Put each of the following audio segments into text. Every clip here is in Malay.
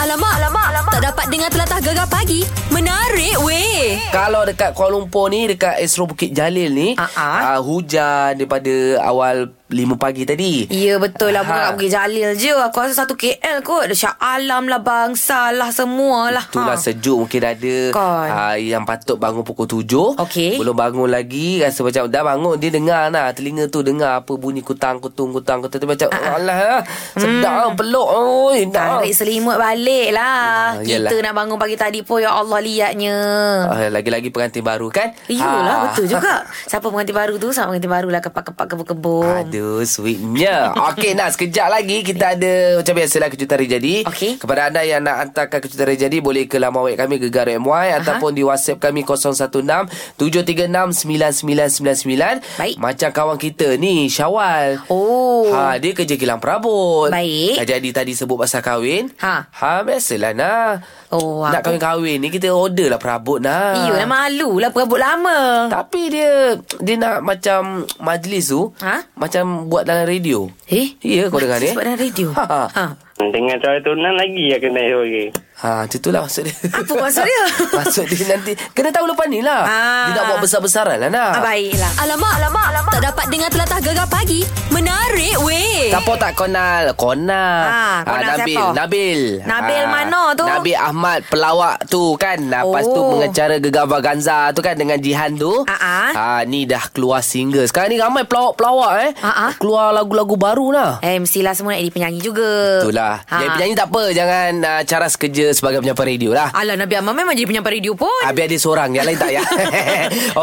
Alamak, alamak, alamak. Tak dapat dengar telatah gegar pagi. Menarik weh. Kalau dekat Kuala Lumpur ni Dekat Astro Bukit Jalil ni Ah, uh, Hujan daripada awal 5 pagi tadi Ya betul lah Bukan Ha. kat Bukit Jalil je Aku rasa satu KL kot Dah Shah Alam lah Bangsa lah Semua lah Itulah sejuk mungkin ada Kan. uh, Yang patut bangun pukul 7 Okey. Belum bangun lagi Rasa macam dah bangun Dia dengar lah Telinga tu dengar apa bunyi kutang kutung kutang kutung tu Macam uh Alah sedap hmm. peluk oi, nak. Ah, Tarik selimut balik lah Ah, Kita yelah. nak bangun pagi tadi pun Ya Allah liatnya Ah, Lagi-lagi pengantin baru kan Ah. Iyalah betul juga Siapa pengantin baru tu Sama pengantin baru lah Kepak-kepak kebun-kebun Aduh, sweetnya. Okey, nak sekejap lagi kita ada macam biasalah kejutan hari jadi. Okey. Kepada anda yang nak hantarkan kejutan hari jadi, boleh ke laman web kami Gegar MY ataupun di WhatsApp kami 016-736-9999. Baik. Macam kawan kita ni, Syawal. Oh Ha, dia kerja kilang perabot. Baik. Dah jadi tadi sebut pasal kahwin. Ha. Ha, biasalah nak. Oh, nak aku- kahwin-kahwin ni kita order lah perabot nak. Iyalah malu lah Perabot lama Tapi dia dia nak macam majlis tu Ha? macam buat dalam radio. Eh? Ya kau dengar ni. eh? Sebab dalam radio Ha. ha. ha. Dengar suara tunang lagi akan naik suara. Ha, macam tu lah maksud dia. Apa maksud dia? maksud dia nanti kena tahu lepas ni lah. Ha. Dia nak buat besar-besaran lah nak. Ah, baiklah Alamak, alamak, alamak. Tak dapat dengar telatah gegar pagi. Menarik weh. Siapa tak konal? Konal. Ah, Ah, konal Nabil. siapa? Nabil. Nabil Ah, mana tu? Nabil Ahmad pelawak tu kan. Lepas tu Oh. pengacara Gegar Vaganza tu kan dengan Jihan tu. Ah, ah. Ah, ni dah keluar single. Sekarang ni ramai pelawak-pelawak eh. Ah, ah. Keluar lagu-lagu baru lah. Eh mestilah semua nak jadi penyanyi juga Itulah. Ha. Jadi penyanyi tak apa. Jangan uh, cara sekerja sebagai penyampai radio lah. Alah Nabi Ahmad memang jadi penyampai radio pun Ah, biar dia seorang Yang lain tak ya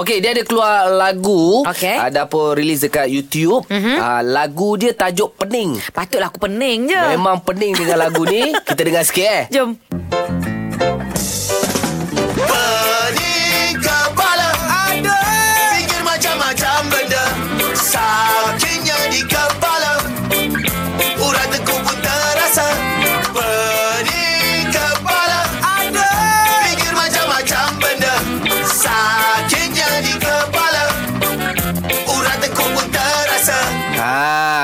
Okey dia ada keluar lagu Okey. Ada pun release dekat YouTube mm-hmm. ah, Lagu dia tajuk pening Patutlah aku pening je Memang pening dengan lagu ni Kita dengar sikit eh Jom Pening kepala ada Fikir macam-macam benda Sakitnya di kepala Uratku pun terasa Pening kepala ada Fikir macam-macam benda Sakitnya di kepala Uratku pun terasa ha,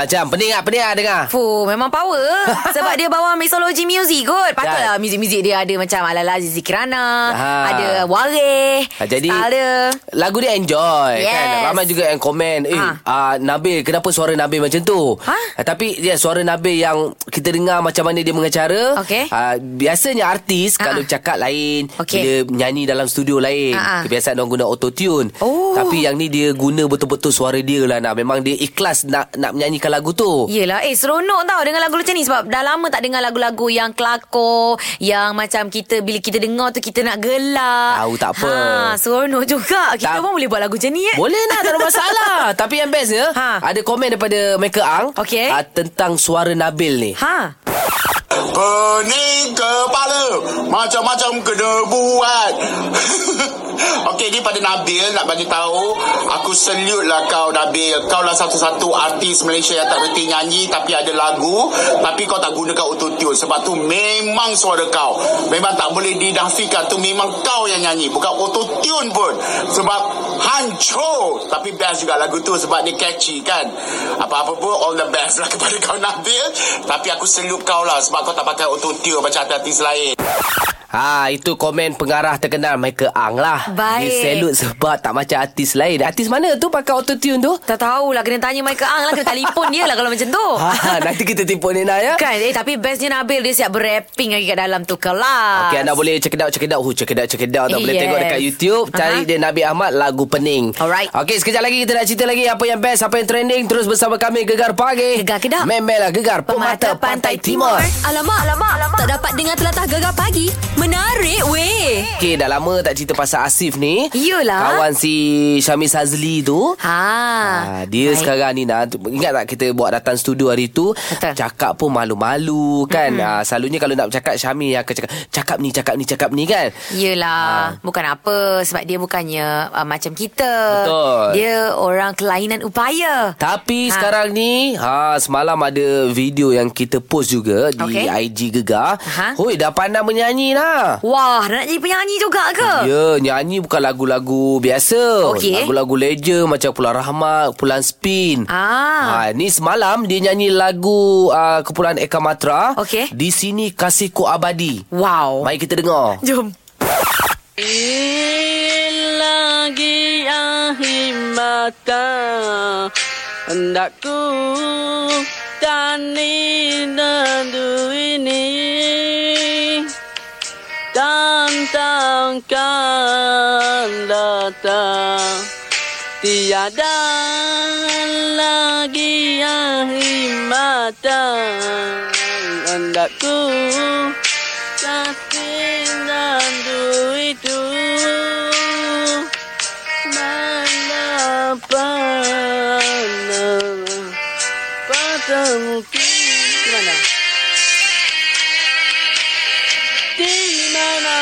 Macam pening tak pening tak dengar Fuh, memang power Sebab dia bawa mixology music kot Patutlah muzik-muzik dia ada Macam ala-ala Aziz Zikrana Ha. Ada Wareh Ah, Jadi Style dia Lagu dia enjoy yes. kan Yes. Ramai juga yang komen Eh Ha. ah, Nabil Kenapa suara Nabil macam tu Ha? Ah, Tapi ya, suara Nabil yang Kita dengar macam mana dia mengacara Okey. ah, Biasanya artis Ha-ha. Kalau cakap lain Okey. Bila nyanyi dalam studio lain Ha-ha. Kebiasaan orang guna autotune Oh. Tapi yang ni dia guna betul-betul suara dia lah nak. Memang dia ikhlas nak nak menyanyikan lagu tu Yelah Eh seronok tau Dengan lagu macam ni Sebab dah lama tak dengar lagu-lagu Yang kelakor Yang macam kita Bila kita dengar tu Kita nak gelak Tahu tak apa. ha, Seronok juga Kita Tak- pun boleh buat lagu macam ni eh Boleh lah Tak ada masalah Tapi yang bestnya Ha. Ada komen daripada Meka Ang Okey. ah, Tentang suara Nabil ni Ha Pening kepala Macam-macam kena buat Okey ni pada Nabil nak bagi tahu Aku salute lah kau Nabil Kau lah satu-satu artis Malaysia yang tak reti nyanyi Tapi ada lagu Tapi kau tak gunakan autotune Sebab tu memang suara kau Memang tak boleh dinafikan Tu memang kau yang nyanyi Bukan autotune pun Sebab hancur Tapi best juga lagu tu Sebab dia catchy kan Apa-apa pun all the best lah kepada kau Nabil Tapi aku salute kau lah Sebab kau tak pakai autotune Macam artis lain Ha, itu komen pengarah terkenal Michael Ang lah. Baik. Dia selut sebab tak macam artis lain. Artis mana tu pakai autotune tu? Tak tahulah Kena tanya Michael Ang lah Kena telefon dia lah Kalau macam tu Ha, nanti kita tipu Nina ya. Kan eh, Tapi bestnya Nabil Dia siap berapping lagi kat dalam tu kelas Okey, anda boleh check it out, check it out. Hu, check it out, check it out. Tak boleh Yes. tengok dekat YouTube. Cari Aha. dia Nabi Ahmad, lagu pening. Alright. Okey, sekejap lagi kita nak cerita lagi apa yang best, apa yang trending. Terus bersama kami, Gegar Pagi. Gegar Kedah. Memelah Gegar Pemata, Pantai, Timur. Alamak, alamak, alamak. Tak dapat dengar telatah gegar pagi. Menarik weh. Okey, dah lama tak cerita pasal Asif ni. Iyalah. Kawan si Syamis Hazli tu. Ha, Ha, dia Baik. sekarang ni nak ingat tak kita buat datang studio hari tu Betul. cakap pun malu-malu kan. Mm-hmm. Ha, selalunya kalau nak bercakap Syami yang akan cakap cakap ni cakap ni cakap ni kan. Ah. Yelah ha. Bukan apa Sebab dia bukannya uh, Macam kita Betul. Dia orang kelainan upaya Tapi Ha. ha. sekarang ni ha semalam ada video yang kita post juga di Okey. IG Gegar. Aha. Hoi dah pandai menyanyi lah. lah. Wah, dah nak jadi penyanyi juga ke? Ya, nyanyi bukan lagu-lagu biasa. Okey. Lagu-lagu leja macam Pulang Rahmat, Pulang Spin. Ha, Ah. ni semalam dia nyanyi lagu uh, kumpulan Eka Matra. Okey. Di sini Kasihku Abadi. Wow. Oh. Mari kita dengar. Jom. lagi akhir mata Hendak ku tani nandu ini Tantangkan datang Tiada lagi akhir mata Hendak ku kasih nandu itu Malapana Padamu Gimana? Di mana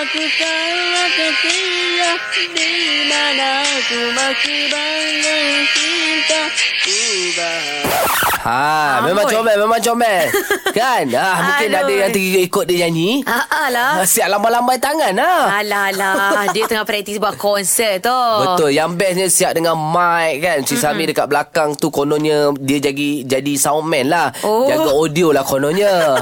aku kalah setia Di mana aku masih bangun cinta Ku bahagia Ha, Amboi. memang comel, memang comel. kan? Ha, mungkin Aduh. ada yang terikut dia nyanyi. Ah, ah lah. Ha, siap lambai-lambai tangan ha. Alah, alah. Dia tengah praktis buat konsert tu. Betul Yang bestnya siap dengan mic kan Si Sami dekat belakang tu Kononnya Dia jadi jadi soundman lah Oh. Jaga audio lah kononnya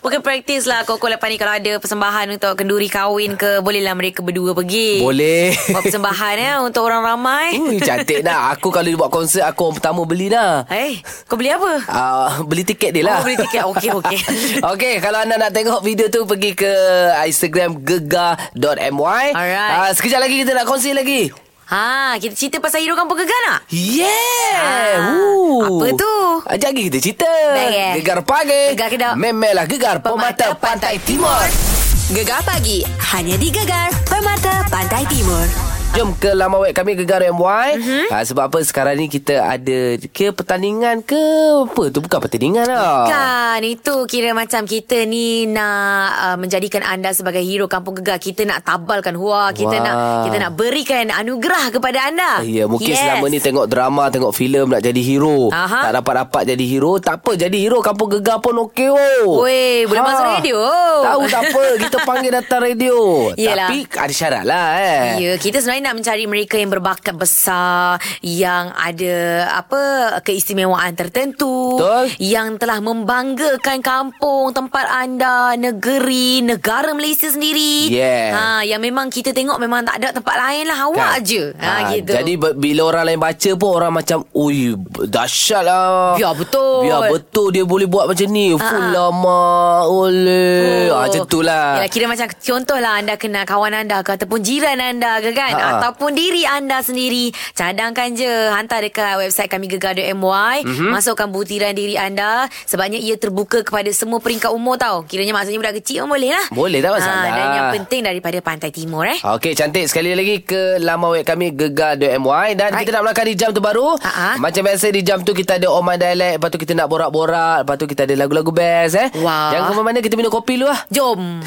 Bukan praktis lah Koko lepas ni Kalau ada persembahan Untuk kenduri kahwin ke Bolehlah mereka berdua pergi Boleh Buat persembahan ya Untuk orang ramai Ui, Cantik dah Aku kalau dia buat konsert Aku orang pertama beli dah Eh Kau beli apa? Uh, beli tiket dia lah Oh, beli tiket. Okey, okey. Okey kalau anda nak tengok video tu Pergi ke Instagram Gegar.my Alright. Ah, Sekejap lagi kita nak kongsi lagi Ha Kita cerita pasal hero kampung gegar nak? Yeah Ah, Woo. apa tu? Ajak lagi kita cerita Baik, eh? Gegar pagi Gegar kedap. Memelah gegar Pemata, Pantai Timur Gegar pagi hanya di Gegar Permata Pantai Timur. Jom ke laman web kami Gegar MY Mhm. mm-hmm. ha, Sebab apa sekarang ni kita ada Ke pertandingan ke apa tu Bukan pertandingan lah Kan itu kira macam kita ni nak uh, menjadikan anda sebagai hero kampung gegar. Kita nak tabalkan hua, Wah. kita nak kita nak berikan anugerah kepada anda. Ya, mungkin yes. selama ni tengok drama, tengok filem nak jadi hero. Aha. Tak dapat-dapat jadi hero. Tak apa, jadi hero kampung gegar pun okey oh. Weh, boleh masuk radio. Tahu tak apa, kita panggil datang radio. Yelah. Tapi ada syarat lah eh. Ya, kita sebenarnya nak mencari mereka yang berbakat besar, yang ada apa keistimewaan tertentu, Betul. yang telah membanggakan kampung, tempat anda, negeri, negara Malaysia sendiri. Yeah. Ha, yang memang kita tengok memang tak ada tempat lain lah awak Kan? je. Ha, gitu. Jadi be- bila orang lain baca pun orang macam Ui dahsyat lah Biar Ya, betul. Ha, Biar betul dia boleh buat macam ni Full lama Oleh oh. ha, Macam tu lah Yalah, kira macam contohlah anda kenal kawan anda ke ataupun jiran anda ke kan Ha, ha. ataupun diri anda sendiri. Cadangkan je hantar dekat website kami gegar.my mm-hmm. masukkan butiran diri anda sebabnya ia terbuka kepada semua peringkat umur tau. Kiranya maksudnya budak kecil pun boleh lah. Boleh, tak masalah. dan yang penting daripada pantai timur eh. Okey cantik sekali lagi ke laman web kami gegar.my dan kita nak melangkah di jam terbaru. Ha-ha. Macam biasa di jam tu kita ada Oman Dialect, lepas tu kita nak borak-borak, lepas tu kita ada lagu-lagu best eh. Wah. Jangan ke mana-mana kita minum kopi dulu lah. Jom.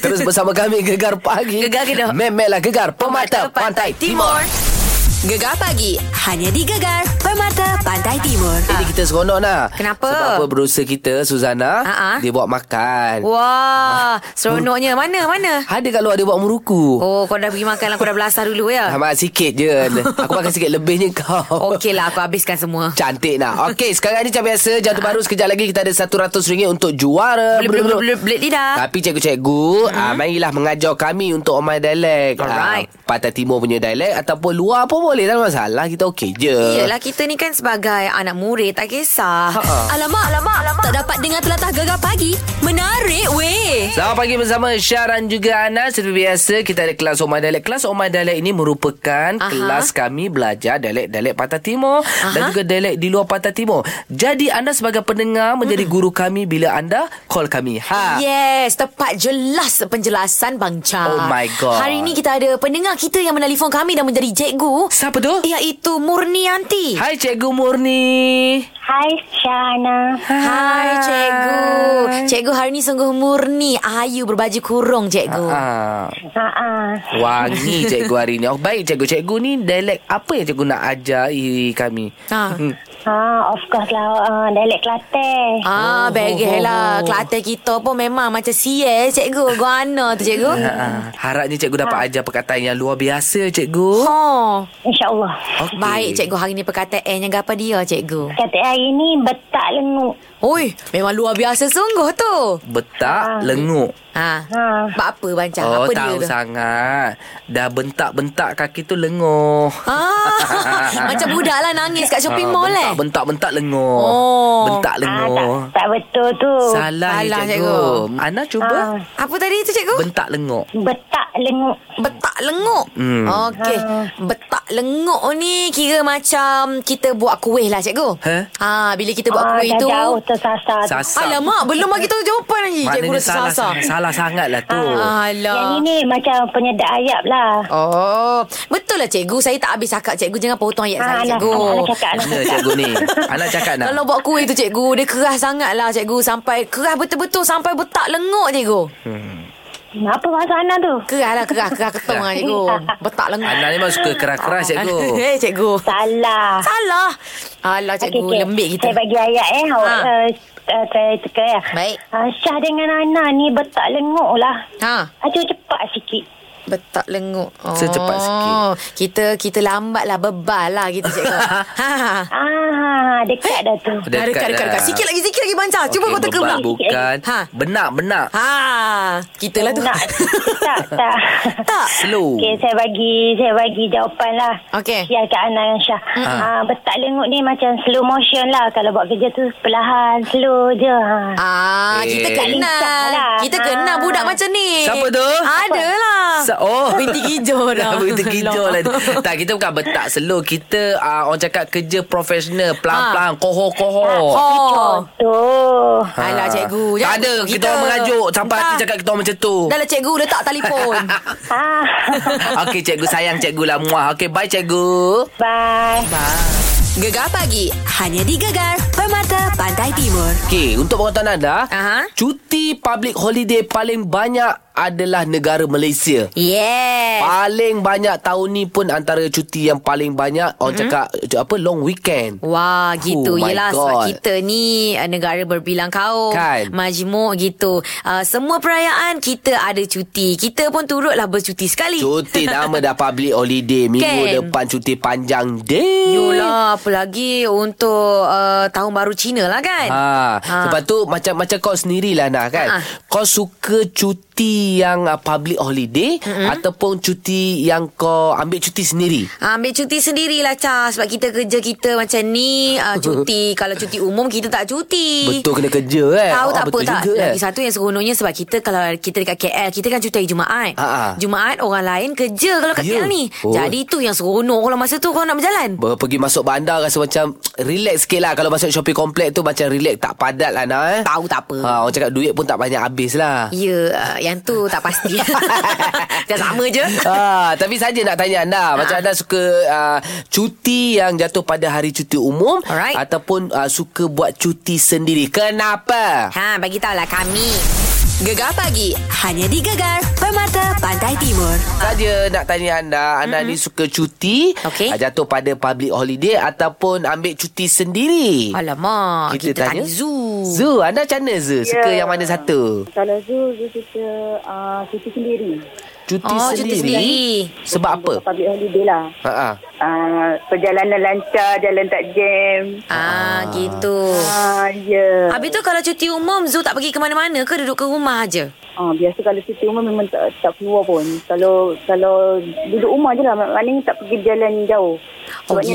Terus bersama kami Gegar Pagi. Gegar Kedah. Memelah Gegar Pemata, Pantai, Timur. Gegar pagi hanya di Gegar Permata Pantai Timur. Ini kita seronok nak Kenapa? Sebab apa berusaha kita Suzana Ha-ha. Oh. Dia buat makan Wah, seronoknya. Mana mana? Ada kat luar dia buat meruku Oh, kau dah pergi makan lah. Kau dah belasah dulu ya. Amat sikit je Aku makan sikit lebihnya kau Okey lah, aku habiskan semua. Cantik nak Okey sekarang ni macam biasa Jam baru sekejap lagi Kita ada RM100 untuk juara Belit, belit, belit, belit, belit lidah. Tapi cikgu-cikgu mm-hmm. uh, Marilah mengajar kami Untuk Omar dialek Alright. Ah, Pantai Timur punya dialek Ataupun luar pun boleh Tak ada masalah Kita okey je Yelah kita ni kan sebagai anak murid Tak kisah Ha, Alamak, alamak, alamak, tak dapat dengar telatah gegar pagi. Menarik weh. Selamat pagi bersama Syaran juga Ana Seperti biasa kita ada kelas Omar Dialek Kelas Omar Dialek ini merupakan Aha. Aha. kelas kami belajar dialek-dialek Pantai Timur Aha. Dan juga dialek di luar Pantai Timur Jadi anda sebagai pendengar menjadi guru kami Bila anda call kami ha. Yes, tepat jelas penjelasan Bang Cha. Oh my God. Hari ni kita ada pendengar kita yang menelpon kami dan menjadi cikgu. Siapa tu? Ha? Iaitu Murnianti. Hai Cikgu Murni Hai Syahana. Hai cikgu. Cikgu hari ni sungguh murni. Ayu berbaju kurung cikgu. Ah, Ha wangi cikgu hari ni oh, Baik cikgu Cikgu ni dialek apa yang cikgu nak ajari kami Ha. Ha, of course lah. Uh, dialek Oh, Kelantan. Ah, bagus lah. Kelantan kita pun memang macam siye, cikgu. Guana tu, cikgu. Ha, harapnya cikgu dapat ajar perkataan yang luar biasa cikgu. Ha. InsyaAllah. Okey. Baik, cikgu. Hari ni perkataan yang gapa dia, cikgu. Kata hari ni betak lengu. Oi, memang luar biasa sungguh tu. Betak lenguk. Ha. Ha. Bak apa bancang? Oh, apa tahu dia tu? sangat. Dah bentak-bentak kaki tu lenguh. Ah, macam budak lah nangis kat shopping Ah, mall eh. Bentak-bentak lenguh. Oh. Bentak lenguh. Ah, tak, tak betul tu. Salah, Salah, Salah cikgu. cikgu. Ana cuba Ah. Apa tadi tu, cikgu? bentak lenguh. Betak lengu. Betak lengok Hmm. Okey Betak lengok ni Kira macam Kita buat kuih lah cikgu Heh? ha, Bila kita buat Ah, kuih dah tu jauh tersasar. tu. Sasar. Alamak Belum bagi tahu jawapan lagi Cikgu Ah, Maknanya dah salah, tersasar sangat- salah sangat lah tu. Yang Alah ini macam penyedap ayap lah. Oh Betul lah cikgu Saya tak habis cakap cikgu Jangan potong ayat Ah, saya anak, cikgu anak cakap, anak Mana cakap. cikgu ni? Ana cakap nak? Kalau buat kuih tu cikgu Dia keras sangat lah cikgu Sampai keras betul-betul Sampai betak lengok cikgu Apa bahasa anak tu? Keras lah keras Keras ketong lah cikgu Betak lengok Ana ni memang suka keras-keras cikgu. Eh cikgu Salah. Salah Alah cikgu okay, okay. lembik kita Saya bagi ayat eh. Awak Ha. ha. uh, saya teka ya. Baik. Uh, Syah dengan Ana ni betak lengok lah. Ha Aduh cepat sikit. Betak lengok oh. Secepat sikit. Kita kita lambat lah Bebal lah kita cikgu ha. Ah, dekat dah tu. Dekat, dekat, dekat, dekat. dah. Sikit lagi, sikit lagi bancah. Ha, Cuba Oh, lah. Okey, kau teka beban ulang. Bukan. Ha. Benak, benak. Ha. Kita lah tu. Nak, tak, tak. tak. Slow. Okey, saya bagi saya bagi jawapan lah. Okey. Ya, Kak Ana dan Syah. Ha. Ah, betak lengok ni macam slow motion lah. Kalau buat kerja tu perlahan, slow je. Ha. Ah, Eh. kita Tak kenal. lincah lah. Kita kenal Ha. budak macam ni. Siapa tu? Adalah. Sa- oh. Binti hijau Dah dah. berita hijau lah Tak kita bukan betak slow Kita uh, orang cakap kerja profesional Ha. Pelan-pelan Koho-koho Oh. Contoh. Alah Ah. Tak cikgu. jangan ada Kita orang mengajuk Sampai Tak. hati cakap kita orang macam tu Dah lah cikgu letak telefon. Ah. Okey cikgu sayang cikgu lah Muah Okey bye cikgu Bye. Gegar pagi hanya di Gegar Permata Pantai Timur. Okey, untuk pengetahuan anda, Aha. cuti public holiday paling banyak adalah negara Malaysia. yeah. Paling banyak tahun ni pun antara cuti yang paling banyak orang Mhm. mm-hmm. cakap eh, apa long weekend. Wah gitu Oh, my Yelah sebab God. kita ni uh, Negara berbilang kaum Kan. Majmuk gitu uh, Semua perayaan Kita ada cuti Kita pun turutlah bercuti sekali Cuti nama dah public holiday minggu Kan. depan cuti panjang deh. Yolah Apalagi untuk uh, Tahun baru Cina lah kan Ha, Ha. ha. Lepas tu macam macam kau sendirilah nak kan. Ha. Ha. Kau suka cuti yang uh, public holiday Mhm. mm-hmm. ataupun cuti yang kau ambil cuti sendiri. Ha, ambil cuti sendirilah Cah Sebab kita kerja kita macam ni uh, Cuti Kalau cuti umum kita tak cuti Betul kena kerja kan. Tahu Ah, tak apa betul tak juga, Lagi kan? satu yang seronoknya Sebab kita Kalau kita dekat KL Kita kan cuti hari Jumaat Ha, ha. Jumaat orang lain kerja Kalau kat Ya. KL ni Oh. Jadi tu yang seronok Kalau masa tu kau nak berjalan Ber- Pergi masuk bandar rasa macam relax sikit lah. Kalau masuk shopping complex tu macam relax tak padat lah nak eh. Tahu tak apa Ha, orang cakap duit pun tak banyak habis lah. Ya uh, Yang tu tak pasti Dah sama je Ah, tapi saja nak tanya anda Macam anda suka uh, Cuti yang jatuh pada hari cuti umum Alright. Ataupun uh, suka buat cuti sendiri Kenapa? Ha bagi tahulah kami Gegar pagi hanya di Gegar Permata Pantai Timur. Saja nak tanya anda Anda mm-hmm. ni suka cuti Okey. ah, Jatuh pada public holiday Ataupun ambil cuti sendiri Alamak Kita, kita tanya zoo Zoo, anda macam mana Zoo? Suka Ya. yang mana satu? Kalau Zul, Zul suka uh, cuti sendiri. Cuti Oh sendiri? cuti sendiri Sebab apa? Public holiday lah. Ha ah. Uh, perjalanan lancar, jalan tak jam. Ah, gitu Ah, ya. Habis tu kalau cuti umum Zul tak pergi ke mana-mana ke Duduk ke rumah je Ah, biasa kalau cuti rumah memang tak, tak keluar pun. Kalau kalau duduk rumah je lah. Mak- Maknanya tak pergi jalan jauh. Sebabnya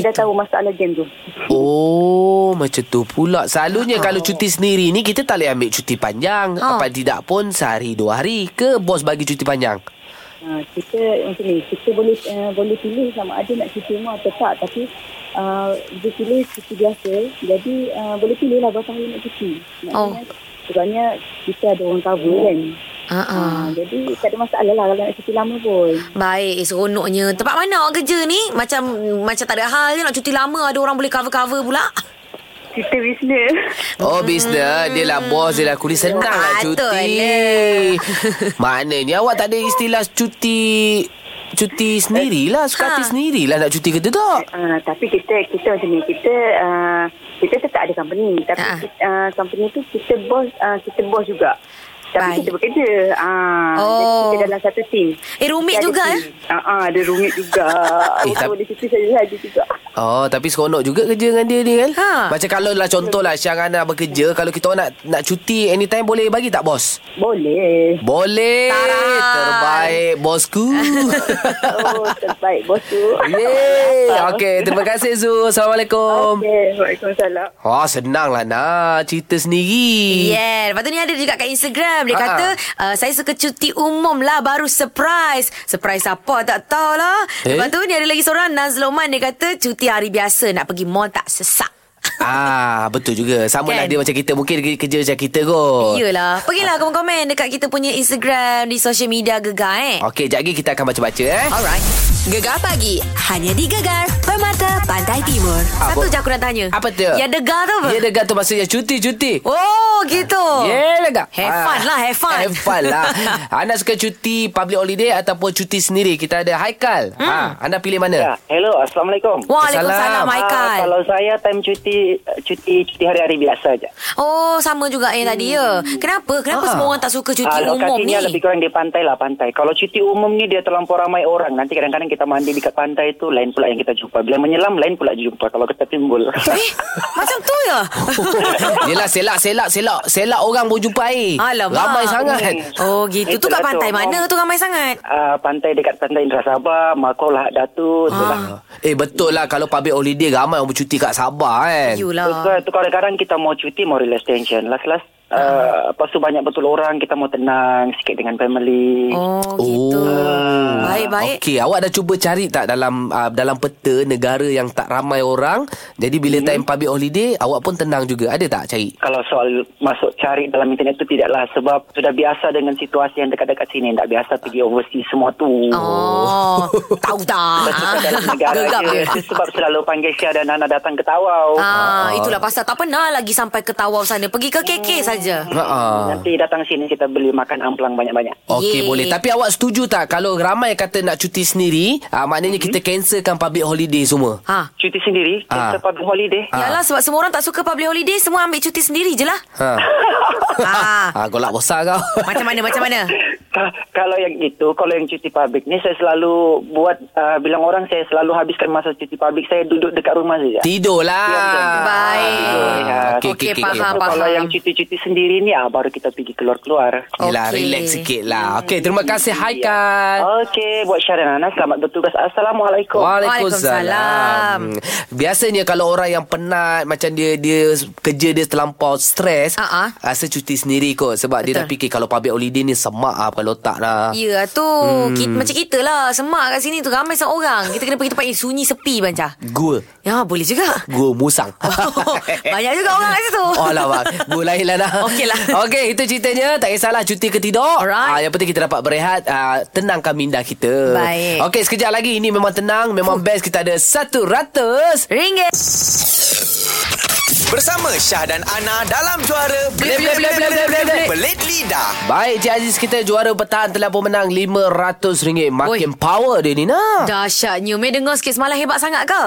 Oh, gitu. dah tahu masalah jam tu. Oh, macam tu pula. Selalunya Ah. kalau cuti sendiri ni kita tak boleh ambil cuti panjang. Ha. Apa tidak pun sehari dua hari ke bos bagi cuti panjang. Ha, kita macam ni, kita boleh uh, boleh pilih sama ada nak cuti rumah atau tak. Tapi uh, dia pilih cuti biasa. Jadi uh, boleh pilih lah berapa hari nak cuti. Oh. Maknanya, Sebabnya kita ada orang cover kan. Ah, ah. Ah, jadi tak ada masalah lah kalau nak cuti lama pun. Baik, eh, seronoknya. Tempat mana awak kerja ni? Macam macam tak ada hal je nak cuti lama ada orang boleh cover-cover pula. Kita bisnes. Oh, Hmm. bisnes. Dia lah bos, dia lah kuli. Senang lah Patut lah. cuti. Maknanya awak tak ada istilah cuti cuti sendirilah, suka hati Ha. sendirilah nak cuti ke tak? Uh, tapi kita kita macam ni kita uh, kita tetap ada company tapi Ah. kita, uh, company tu kita bos uh, kita bos juga tapi Baik. Baik. kita bekerja ah Oh. jadi kita dalam satu tim Eh, rumit juga, eh? ah uh, ada rumit juga Eh, eh, tapi- boleh cuti saja-saja juga Oh, tapi seronok juga kerja dengan dia ni kan? Ha. Macam kalau lah contohlah Syah dengan Ana bekerja, kalau kita orang nak nak cuti anytime boleh bagi tak bos? boleh Boleh. Tarai. Terbaik bosku. oh terbaik bos tu Yeay. Okey, terima kasih Zul. Assalamualaikum. okey waalaikumsalam Wah, senang lah nak cerita sendiri. Yeah Lepas tu ni ada juga kat Instagram Dia Ah, kata uh, Saya suka cuti umum lah Baru surprise Surprise apa tak tahulah Eh? eh? Lepas tu ni ada lagi seorang Nazloman dia kata Cuti hari biasa Nak pergi mall tak sesak Ah, betul juga. Sama lah Kan? Ya. dia macam kita. Mungkin dia kerja macam kita kot. Yelah Pergilah komen-komen Dekat kita punya Instagram Di social media gegar eh Okey, jap lagi kita akan baca-baca eh. Alright Gegar pagi Hanya di Gegar Permata Pantai Timur Satu Apa- je aku nak tanya Apa tu? Ya degar tu apa? Ya dekat tu maksudnya cuti-cuti. Oh gitu Yeah, dekat. Have fun lah, have fun. Ya, Have fun lah. Anda suka cuti public holiday ataupun cuti sendiri? Kita ada Haikal. Hmm. Ha, anda pilih mana? Ya, hello, Assalamualaikum. Assalam. Waalaikumsalam Haikal Ah, kalau saya time cuti cuti cuti hari-hari biasa je. Oh sama juga yang tadi ya Kenapa? Kenapa Ah. semua orang tak suka cuti Hmm. Ah, umum ni? lokasinya lebih kurang di pantai lah, pantai. Kalau cuti umum ni dia terlampau ramai orang. Nanti kadang-kadang kita mandi di kat pantai tu lain pula yang kita jumpa. Bila menyelam lain pula jumpa kalau kita timbul. Eh, macam tu ya? Yelah, selak, selak, selak. Selak orang boleh jumpa air. Alamak. Ramai sangat. Oh gitu. Tu kat Itulah tu. pantai mana tu ramai sangat? Ah, pantai dekat pantai Indra Sabah, Makau Lahad Datu, tu lah. Eh, betul lah kalau public holiday ramai orang bercuti kat Sabah kan. Terus Yulah. uh, tu kadang-kadang kita mau cuti mau relax tension. Last-last Ah. uh, lepas tu banyak betul orang kita mau tenang sikit dengan family. Oh gitu. Oh. Baik-baik. Okey, awak dah cuba cari tak dalam uh, dalam peta negara yang tak ramai orang. Jadi bila hmm. time public holiday, awak pun tenang juga. Ada tak cari? Kalau soal masuk cari dalam internet tu tidaklah sebab sudah biasa dengan situasi yang dekat-dekat sini. Tak biasa pergi overseas semua tu. Oh. Tahu tak? Kita dalam negara Gegap je. dia. Itu sebab selalu panggil Syah dan Nana datang ke Tawau. Ah, itulah pasal tak pernah lagi sampai ke Tawau sana. Pergi ke KK saja. Ha ah. Nanti datang sini kita beli makan amplang banyak-banyak. Okey Yeay. boleh Tapi awak setuju tak Kalau ramai kata nak cuti sendiri uh, Maknanya Hmm. mm-hmm. kita cancelkan public holiday semua Ha. Cuti sendiri, Ah. kita public holiday. Yalah sebab semua orang tak suka public holiday, semua ambil cuti sendiri je lah. Ha. Ah. ha. Golak besar kau Macam mana macam mana? Ka- Ah, Kalau yang itu, kalau yang cuti publik ni saya selalu buat uh, bilang orang saya selalu habiskan masa cuti publik saya duduk dekat rumah saja. Tidurlah Baik. Ha, Okey okey Okey, okey faham. okey. Kalau yang cuti-cuti sendiri ni ah baru kita pergi keluar-keluar. Yelah Okey. Hmm. Ya. relax sikit lah Okey terima kasih Haikal Ah. Okey, buat Syarana selamat bertugas. Assalamualaikum. Waalaikumsalam. Hmm. Biasanya kalau orang yang penat macam dia dia kerja dia terlampau stres, Ah, ah. rasa cuti sendiri kot sebab dia Betul. dah fikir kalau public holiday ni semak ah kalau tak lah. Ya tu kita, Macam kita lah Semak kat sini tu Ramai Ah. seorang Kita kena pergi tempat yang sunyi sepi Banca Gua Ya boleh juga Gua musang Oh, banyak juga orang kat situ. Oh lah bang Gua lain lah nak Okey lah. Okey itu ceritanya Tak kisahlah cuti ke tidak Alright. Ah, Yang penting kita dapat berehat ah, Tenangkan minda kita Baik. Okey sekejap lagi Ini memang tenang Memang best Kita ada satu ratus Ringgit Bersama Syah dan Ana dalam juara Belit Belit, belit, belit, belit, belit, belit. Belit Lidah. Baik Cik Aziz kita juara bertahan telah pemenang RM500 Makin Oi. power dia ni nah Dahsyatnya Mei dengar sikit semalam hebat sangat ke?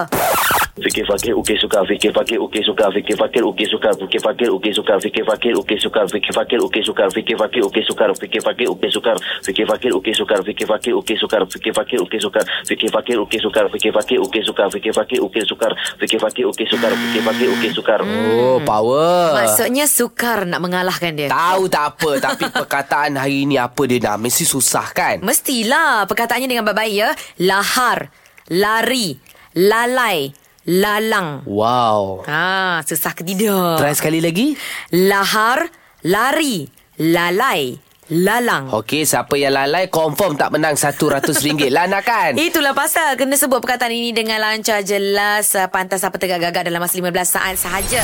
Fikir fakir ukir suka fikir fakir ukir suka fikir fakir ukir suka fikir fakir ukir suka fikir fakir ukir suka fikir fakir ukir suka fikir fakir ukir suka fikir fakir ukir suka fikir fakir ukir suka fikir fakir ukir suka fikir fakir ukir suka fikir fakir ukir suka fikir fakir ukir suka fikir fakir ukir suka fikir fakir ukir suka fikir fakir ukir suka Oh power Maksudnya sukar nak mengalahkan dia Tahu tak apa Tapi perkataan hari ni Apa dia nak Mesti susah kan Mestilah Perkataannya dengan baik-baik ya Lahar Lari Lalai Lalang Wow Ha, Susah ke tidak? Try sekali lagi Lahar Lari Lalai Lalang Okey, siapa yang lalai confirm tak menang RM100 lah nak kan? Itulah pasal kena sebut perkataan ini dengan lancar jelas uh, pantas apa tegak gagak dalam masa 15 saat sahaja.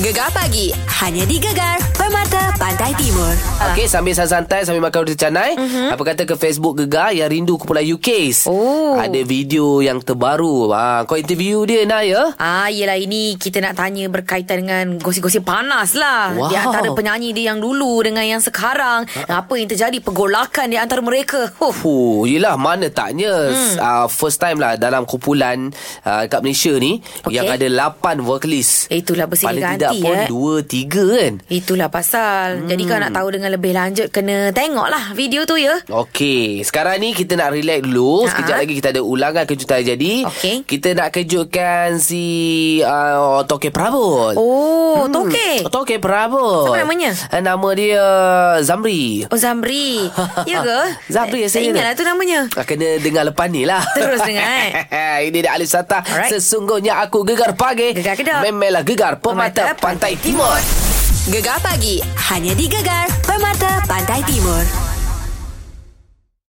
Gegar pagi Hanya di Gegar Permata Pantai Pantai Timur. Okey, sambil saya santai, sambil makan roti canai, Mhm. mm-hmm. apa kata ke Facebook Gegar yang rindu ke Pulau UK. Oh. Ada video yang terbaru. Ha, kau interview dia, Nah, ya? Ah, yelah ini kita nak tanya berkaitan dengan gosip-gosip panas lah. Wow. Ha, Di antara penyanyi dia yang dulu dengan yang sekarang. Apa yang terjadi, pergolakan di antara mereka. Huh. Fuh, yelah mana taknya hmm. uh, first time lah dalam kumpulan uh, kat Malaysia ni Okey. okay. yang ada 8 vokalis. Itulah bersih Paling diganti, tidak pun eh. 2 3 kan. Itulah pasal. Hmm. Jadi kalau nak tahu dengan lebih lanjut, kena tengoklah video tu ya. Okey, sekarang ni kita nak relax dulu. Sekejap Ha-ha. lagi kita ada ulangan kejutan yang jadi. Ha. Okey. Kita nak kejutkan si uh, Toke Prabut. Oh, hmm. tokek. Toke Prabut. Siapa namanya? Eh, nama dia Zamri. Oh, Zamri. ya ke? Zamri, saya saya ingat lah ingat. tu namanya. Ah, Kena dengar lepas ni lah Terus dengar, eh Ini dia Alif Sata Alright. Sesungguhnya aku gegar pagi Gegar Kedah. Memelah gegar Pemata, Pemata Pantai Timur Gegar pagi hanya di Gegar Permata Pantai Timur.